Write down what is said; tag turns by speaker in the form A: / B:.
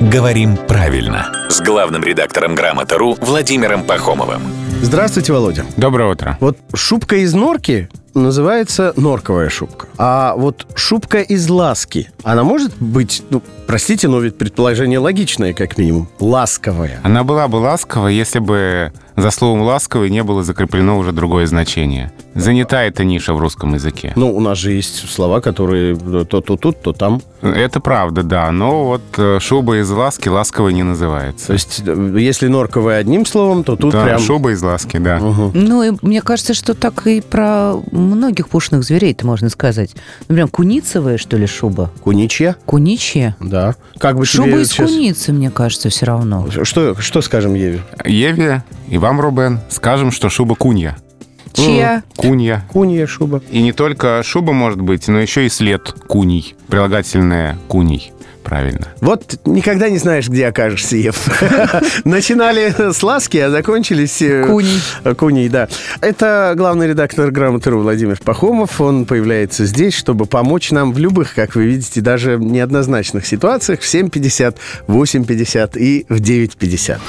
A: «Говорим правильно» с главным редактором «Грамота.ру» Владимиром Пахомовым.
B: Здравствуйте, Володя.
C: Доброе утро.
B: Вот шубка из норки называется норковая шубка. А вот шубка из ласки, она может быть, ну, простите, но ведь предположение логичное, как минимум, ласковая.
C: Она была бы ласкова, если бы за словом «ласковый» не было закреплено уже другое значение. Занята эта ниша в русском языке.
B: Ну, у нас же есть слова, которые то то тут, то там.
C: Это правда, да, но вот э, шуба из ласки ласковой не
B: То
C: называется.
B: есть, э, если норковая одним словом, то тут
C: да,
B: Ну, прям...
C: шуба из ласки, да.
B: Мгм.
D: Ну, и мне кажется, что так и про многих пушных зверей это можно сказать. Например, куницевая, что ли, шуба?
B: Куничья,
D: Куничья?
B: да. Как бы
D: Шуба
B: тебе
D: из
B: сейчас-
D: куницы, мне кажется, все равно.
B: Что, что скажем Еве?
C: Еве и вам, Рубен, скажем, что шуба кунья.
D: Чья?
C: Кунья.
B: Кунья шуба.
C: И не только шуба может быть, но еще и след куний. Прилагательное куний. Правильно.
B: Вот никогда не знаешь, где окажешься, Ев. Начинали с ласки, а закончились... э,
D: Куней.
B: Куней, да. Это главный редактор «Грамоты.ру» Владимир Пахомов. Он появляется здесь, чтобы помочь нам в любых, как вы видите, даже неоднозначных ситуациях в 7.50, 8.50 и в 9.50.